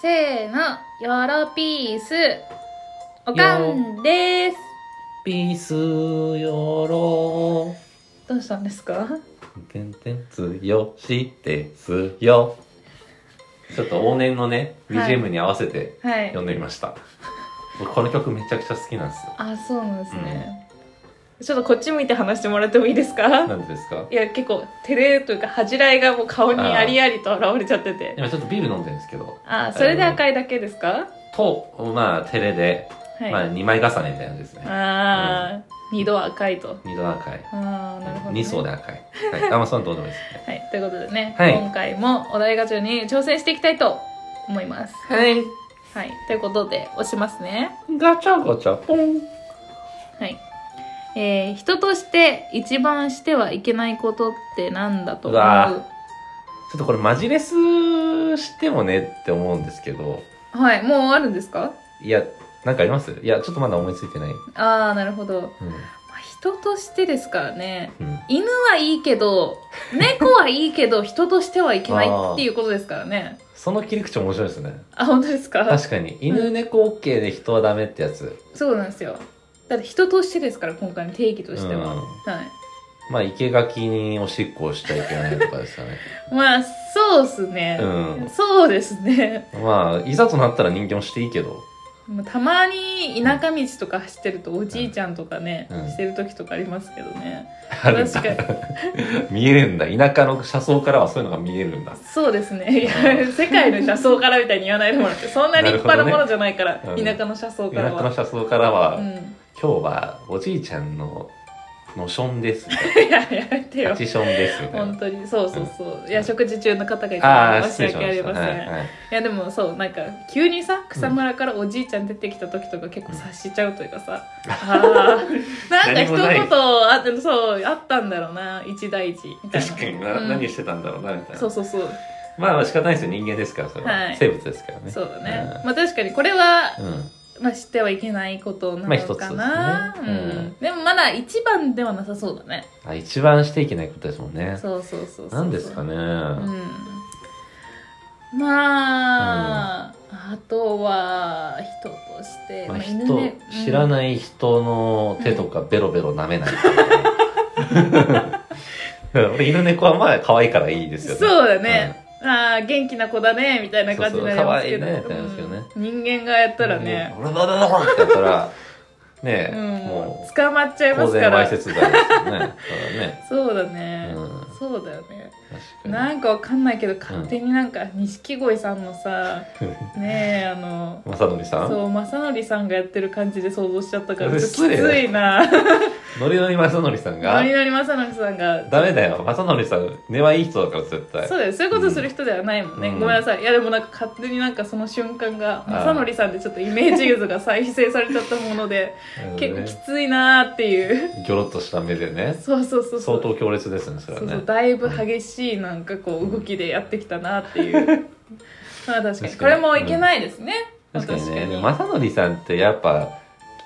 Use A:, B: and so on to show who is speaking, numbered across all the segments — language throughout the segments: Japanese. A: せーの、ヨロピース、おかんです。
B: ピースよろ
A: どうしたんですか
B: てんてんつよしてすよちょっと往年のね
A: はい
B: BGM に合わせて
A: はい
B: 読。んでみました、僕この曲めちゃくちゃ好きなんですよ
A: あ、そうなんですね。ちょっとこっち向いて話してもらってもいいですか
B: なんでですか
A: いや、結構、照れというか、恥じらいがもう顔にありありと現れちゃってて。
B: 今ちょっとビール飲んでるんですけど
A: あ、それで赤いだけですか
B: とまあテレで、
A: はい。
B: まあ2枚重ねみたいなやつですね
A: あー、二度赤いと。
B: 二度赤い、
A: あー、なるほど、ね。
B: 二層で赤い、はい、あまあそのどうでもいいですね
A: はい、ということでね、
B: はい
A: 今回もお題ガチャに挑戦していきたいと思います。
B: はい
A: はい、ということで押しますね。
B: ガチャガチャポン
A: はい。えー、人として一番してはいけないことってなんだと思う
B: うわちょっとこれマジレスしてもねって思うんですけど
A: はい、もうあるんですか
B: いやなんかありますいやちょっとまだ思いついてない、う
A: あー、なるほど。
B: ん
A: まあ人としてですからね。
B: うん、
A: 犬はいいけ ど、猫はいいけど、人としてはいけないっていうことですからね。
B: その切り口面白いですね
A: あ、本当ですか
B: 確かに犬猫 OK で人はダメってやつ
A: そうなんですよ。だって人としてですから、今回の定義としては。
B: う
A: は
B: ん
A: い。
B: まあ生け垣におしっこをしちゃいけないとかですかね
A: まあ、そうっすね。
B: うん
A: そうですね。
B: まあいざとなったら人間もしていいけど
A: もうたまに田舎道とか走ってるとおじいちゃんとかね、
B: うん
A: してる時とかありますけどね。
B: あるんだ
A: 確か
B: 見えるんだ田舎の車窓からはそういうのが見えるんだ
A: そうですね。いや、世界の車窓からみたいに言わないでもらって、そんな立派なものじゃないから、
B: なるほどね
A: 田舎の車窓か
B: 田
A: ら
B: 舎の
A: は。
B: 車窓からは、
A: うん。
B: 今日はおじいちゃんののションです
A: いや、やめてよ
B: パ。チションですみたい
A: 本
B: な
A: 当に、そうそうそう。いや、食事中の方がい
B: あ
A: た
B: あ
A: ら
B: ー
A: 申
B: 失
A: し
B: 礼しま
A: 訳あり
B: した
A: ません。
B: はいはい
A: いやでもそうなんか急にさ草むらからおじいちゃん出てきた時とか結構察しちゃうというか さ、あーなんか一
B: 何
A: 言
B: も
A: あってそうあったんだろうな一大事みたいな
B: 確かにな、
A: うん
B: 何してたんだろうなみたいな
A: そうそうそう
B: まあまあ仕方ないですよ人間ですからそれは、
A: はい
B: 生物ですからね
A: そうだね、まあ確かにこれは、
B: うん、うん
A: まあ、知ってはいけないことな
B: まあ一
A: の
B: つで
A: か
B: すね
A: な、
B: うん
A: うんでもまだ一番ではなさそうだね
B: あ一番していけないことですもんね
A: そうそうそうそう
B: 何ですかね、
A: うんまあ、あとは人として、
B: まあ、
A: 犬
B: 人
A: ねうん
B: 知らない人の手とかベロベロ舐めない、俺犬猫はまあ可愛いからいいですよね
A: そうだね、ああ元気な子だねみたいな感じになりますけど
B: そうそう可愛いねってなります
A: うん人間がやっ
B: う
A: た
B: ん
A: らね、
B: うん俺だだだってやったらね
A: う
B: え、
A: ん
B: もう
A: 捕まっちゃいま
B: 公
A: すか
B: 然わい
A: ら
B: せつ罪ですよねそうだ
A: そうだ
B: ね
A: ね、
B: うん
A: そうだよね
B: 確か
A: な
B: に
A: んかわかんないけど勝手になんか錦鯉さんのさ、ねえあの
B: 正則さん
A: そう正則さんがやってる感じで想像しちゃったからちょっときつ
B: 失礼だよ
A: いな
B: ノリノリ正則さんが
A: ノリノリ正則さんが
B: ダメだよ正則さん根はいい人だから絶対
A: そうだよそういうことする人ではないもんね、
B: うん
A: ごめんなさいいやでもなんか勝手になんかその瞬間が
B: あー
A: 正則さんでちょっとイメージ図が再生されちゃったもの で
B: うん
A: 結構きついなーっていう
B: ギョロッとした目でね
A: そうそうそうそ
B: 相
A: う
B: 当強烈ですねそれは
A: そ
B: ね
A: うそうだいぶ激しいなんかこう動きでやってきたなっていうまあ確か
B: 確か
A: に
B: に
A: これもいけないですね、
B: 確かにね
A: 確
B: で
A: かに
B: も正則さんってやっぱ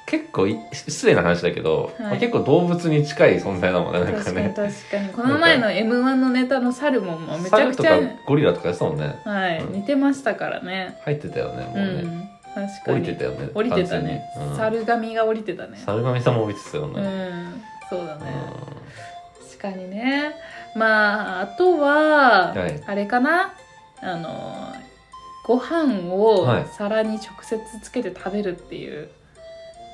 B: 結構い失礼な話だけど、
A: はい
B: まあ、結構動物に近い存在だもんねなんか
A: 確かに
B: ね
A: 確かにこの前の m 1のネタのサルモンもめちゃ
B: 猿
A: く
B: と
A: ち
B: か
A: ゃ、
B: ゴリラとかやってたもんね
A: はい、似てましたからね
B: 入ってたよねも
A: う
B: うね、
A: ん確か
B: 降
A: に
B: りてたよね
A: 降りてたね
B: 完全に、うん、
A: 猿髪が降りてたね
B: 猿神さんも降りてたよ
A: う
B: ね、
A: んそうだ
B: うん
A: ね、確かにねまああとは、
B: はい
A: あれかなあのご飯を
B: はい
A: 皿に直接つけて食べるっていう、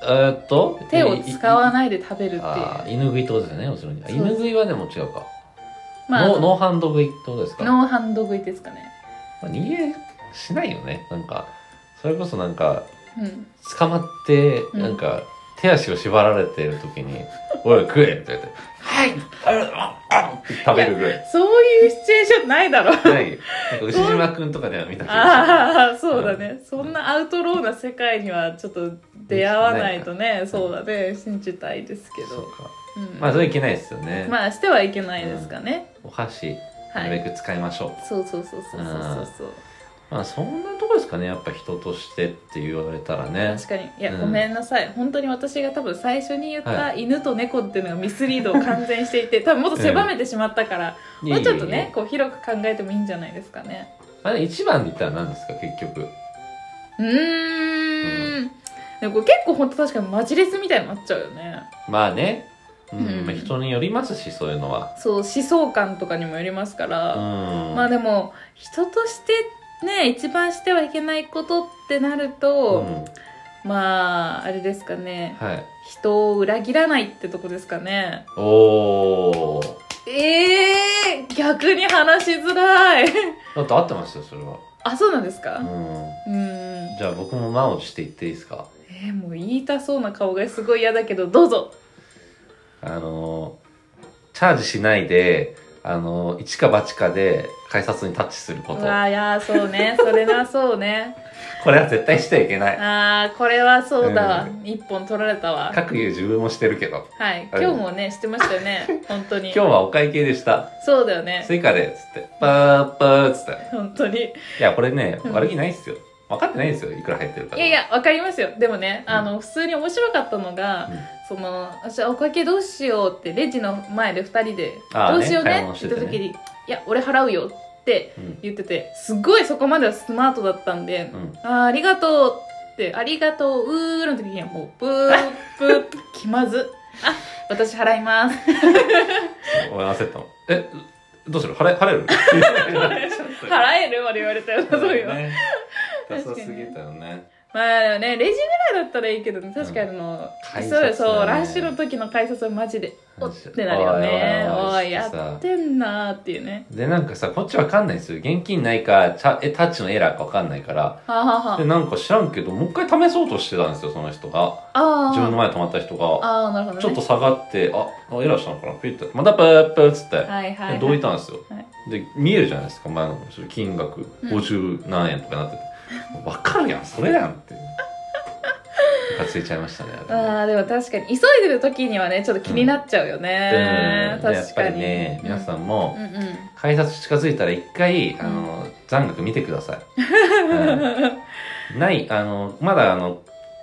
B: えーっと
A: 手を使わ
B: い
A: ないで食べるっていう
B: あー犬食いってことですよね要するにあ
A: そう
B: 犬食いはでも違うか、
A: まあ
B: ノーノ
A: ノ
B: ーハンド食いってことですか
A: ーハンド食いですかね、
B: まあ逃げしないよねなんかそれこそなんか
A: うん、
B: 捕まって、
A: うん
B: なんか手足を縛られてる時に「おい食え」って言って「はいあるああって食べるぐらい
A: そういうシチュエーションないだろ
B: ないなんか牛島くんとかでは見た気が
A: ああそうだね、そんなアウトローな世界にはちょっと出会わないとねそうだね信じたいです
B: す
A: け
B: るそう
A: ど、
B: か
A: うん、
B: まあそれいけないですよね、
A: まあしてはいけないですかね、
B: お箸
A: は
B: ないるべく使いましょう、
A: そうそうそうそうそうそうそう
B: まあそんなとこですかねやっぱ人としてって言われたらね
A: 確かにいや、
B: うん
A: ごめんなさい本当に私が多分最初に言った、
B: は
A: 犬と猫っていうのがミスリードを完全して いて多分もっと狭めてしまったから、もうちょっと
B: いえいえい
A: ね
B: え
A: こう広く考えてもいいんじゃないですかね
B: あれ一番で言ったら何ですか結局
A: うーんでもこれ結構本当確かにマジレスみたいになっちゃうよね
B: まあね、うん
A: うん
B: まあ人によりますしそういうのは、
A: そう思想感とかにもよりますか
B: う
A: ら、
B: ん、
A: まあでも人としてね一番してはいけないことってなる
B: う
A: と、
B: ん、
A: まああれですかね
B: はい
A: 人を裏切らないってとこですかね
B: おー
A: えー、逆に話しづらい
B: だって合ってましたよそれは、
A: あそうなんです
B: う
A: か
B: ん、
A: うん
B: じゃあ僕も満を持して言っていいですか
A: えー、もう言いたそうな顔がすごい嫌だけどどうぞ
B: あのチャージしないであの一か八かで改札にタッチするこ
A: う
B: と
A: わーいやーそう ねそれなそうね
B: これは絶対してはいけない
A: あーこれはそうだわ、
B: う
A: 一本取られたわ
B: 各言う自分もしてるけど
A: はい今日もねしてましたよね本当に
B: 今日はお会計でした
A: そうだよね
B: スイカでつってパーパーっつって
A: 本当に
B: いやこれね
A: うん
B: 悪気ないっすよ分かってないですよいくら入ってるか
A: いやいや、わかりますよ。でもね、
B: うん
A: あの、普通に面白かったのが、その、私、お会計どうしようって、レジの前で二人で、
B: あー
A: どうしよう
B: ね
A: ね
B: 買い物
A: っ
B: してて
A: 言
B: て
A: った
B: ね
A: 時に、いや、俺払うよって
B: うん
A: 言ってて、すごいそこまではスマートだったんで、
B: うん
A: あーありがとうって、ありがとう、うーの時にはもう、ブー、ブー、気まず。あ、私払います。
B: 俺焦ったのえどうする払え払える
A: 払えるまで言われたよな、そうよ。
B: ねダ
A: 確か
B: サ
A: にね
B: すぎたよね
A: まあでもね、レジぐらいだったらいいけどね、確かにあの、
B: 改札
A: そうよそう、
B: ね
A: ラッシュの時の改札はマジで、お
B: マ
A: っ
B: ジで
A: てなるよね。
B: おいおいお
A: お
B: い
A: い、
B: ちょ
A: や
B: っとさ
A: ってんなーっていうね。
B: でなんかさこっちわかんないんですよ現金ないかチャえタッチのエラーかわかんないから
A: はあはあ
B: で
A: は
B: なんか知らんけどもう一回試そうとしてたんですよその人が
A: あ。
B: 自分の
A: 前。
B: 前に止まった人が
A: ああ、なるほど、ね。
B: ちょっと下がってああエラーしたのかなピュッてまたプープーっつって
A: はいはい、はい。
B: でどういたんですよ、
A: はい
B: で見えるじゃないですか前のそれ金額
A: うん
B: 50何円とかなって て、分かるやんそれやん ってムカついちゃいましたねあれね
A: ああ、でも確かに、急いでる時にはね、ちょっと気になっちゃうよね。
B: うんでやっ
A: 確
B: ぱ
A: か
B: り
A: に。
B: ね皆さんも、
A: うんうん。
B: 改札近づいたら一回、
A: ん
B: あの残額見てください、うんないあのまだあの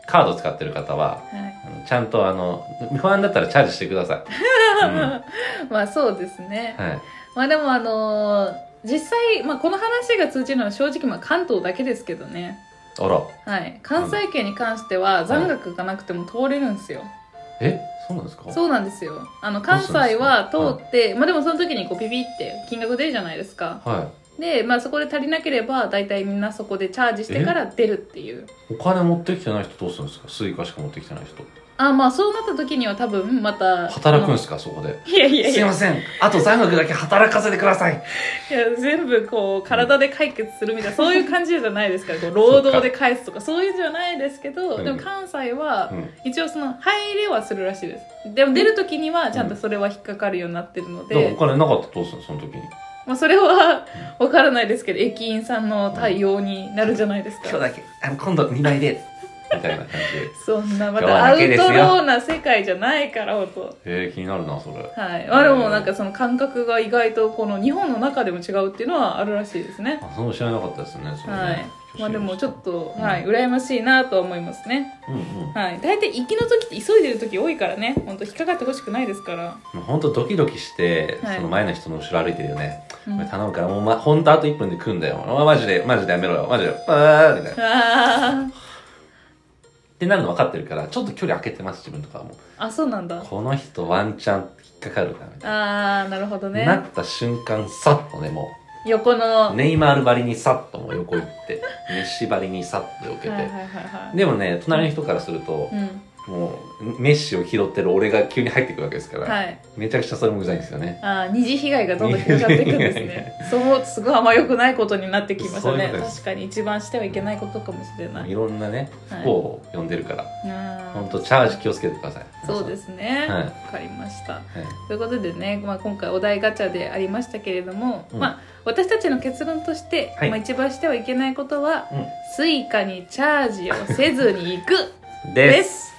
B: カード使ってる方は
A: はい
B: あのちゃんとあの不安だったらチャージしてください、うんは
A: まあそうですね。
B: い、
A: まあでもあのー実際、まあ、この話が通じるのは正直まあ関東だけですけどね、
B: あら
A: はい、関西圏に関しては残額がなくても通れるんですよ、
B: えそうなんですか
A: そうなんですよ。あの、
B: どう
A: 関
B: するんです
A: 西
B: か
A: は通って、まあでもその時にこうピピって金額出るじゃないですか。
B: は
A: で、まあそこで足りなければ、大体みんなそこでチャージしてから出るっていう。
B: いお金持ってきてない人どうするんですかスイカしか持ってきてない人
A: あ、まあそうなった時には多分また。
B: 働くん
A: あ
B: で
A: の
B: すかそこで。
A: いやいやい
B: すい
A: や
B: ません。あと残額だけ働かせてください。
A: いや全部こう体で解決するみたいなそういう感じじゃないですからこう労働で返すとかそういうんじゃないですけど、
B: うん
A: でも関西は
B: うん。
A: 一応その入れはするらしいですでも出る時にはちゃんとそれは引っかかるようになってるの
B: でも
A: で
B: お金なかったらどうするのその時に。
A: まあ、それは分からないですけど駅員さんの対応になるじゃないですか、
B: だけ、あの、今度2倍で。みたいな感じで。
A: そんなま
B: 今日は
A: たア
B: だけ
A: ウ
B: ですよ
A: トローな世界じゃないからほんと
B: えー、気になるな、それ。
A: はいあでもなんかその感覚が意外とこの日本の中でも違うっていうのはあるらしいですね
B: あ、そう知らなかったですね。それね
A: はいまあでもちょっ。と、
B: うん
A: はい、羨ましいなとは思いますね。
B: うんうん。
A: はい。大体、行きの時って急いでる時多いからね。ほんと、引っかかってほしくないですから。
B: もうほんとドキドキして、
A: はい
B: その前の人の後ろ歩いてるよね。
A: うん
B: これ頼むから、もう、ま、ほんとあと1分で来んだよ。お前マジで、マジでやめろよ。マジで、あーみたいな。っ
A: あ
B: てなるの分かってるから、ちょっと距離空けてます、自分とかはもう。
A: ーあ、そうなんだ。
B: この人ワンチャン引っかかるから、みたいな。
A: あー、なるほど
B: な
A: ね。
B: った瞬間、さっとね、も
A: 横の。
B: う、ネイマールばりにさっともう横 行って、メッシばりにさっと避けて。
A: はいはいはいはい。
B: でもね、隣の人からすると、
A: うん。
B: もう、メッシを拾ってる俺が急に入ってくるわけですから、
A: はい。
B: めちゃくちゃそれもうざいんですよね。
A: あー二次被害がどんどん広がっていくん ですね。そう、すごいあんま良くないことになってきました
B: そういう
A: ね。
B: ことです
A: 確かに一番してはいけないことかもしれないい。
B: ろんなね、
A: はい
B: 不幸を呼んでるから、
A: あ
B: ほん
A: ー
B: とチャージ気をつけてください。
A: そうですね。
B: はい
A: わかりました。
B: 皆さん。はい
A: ということでね、まあ、今回お題ガチャでありましたけれども、
B: うん
A: まあ、私たちの結論として、
B: はい
A: まあ、一番してはいけないことは、
B: うん
A: スイカにチャージをせずに行く
B: で
A: で
B: す
A: す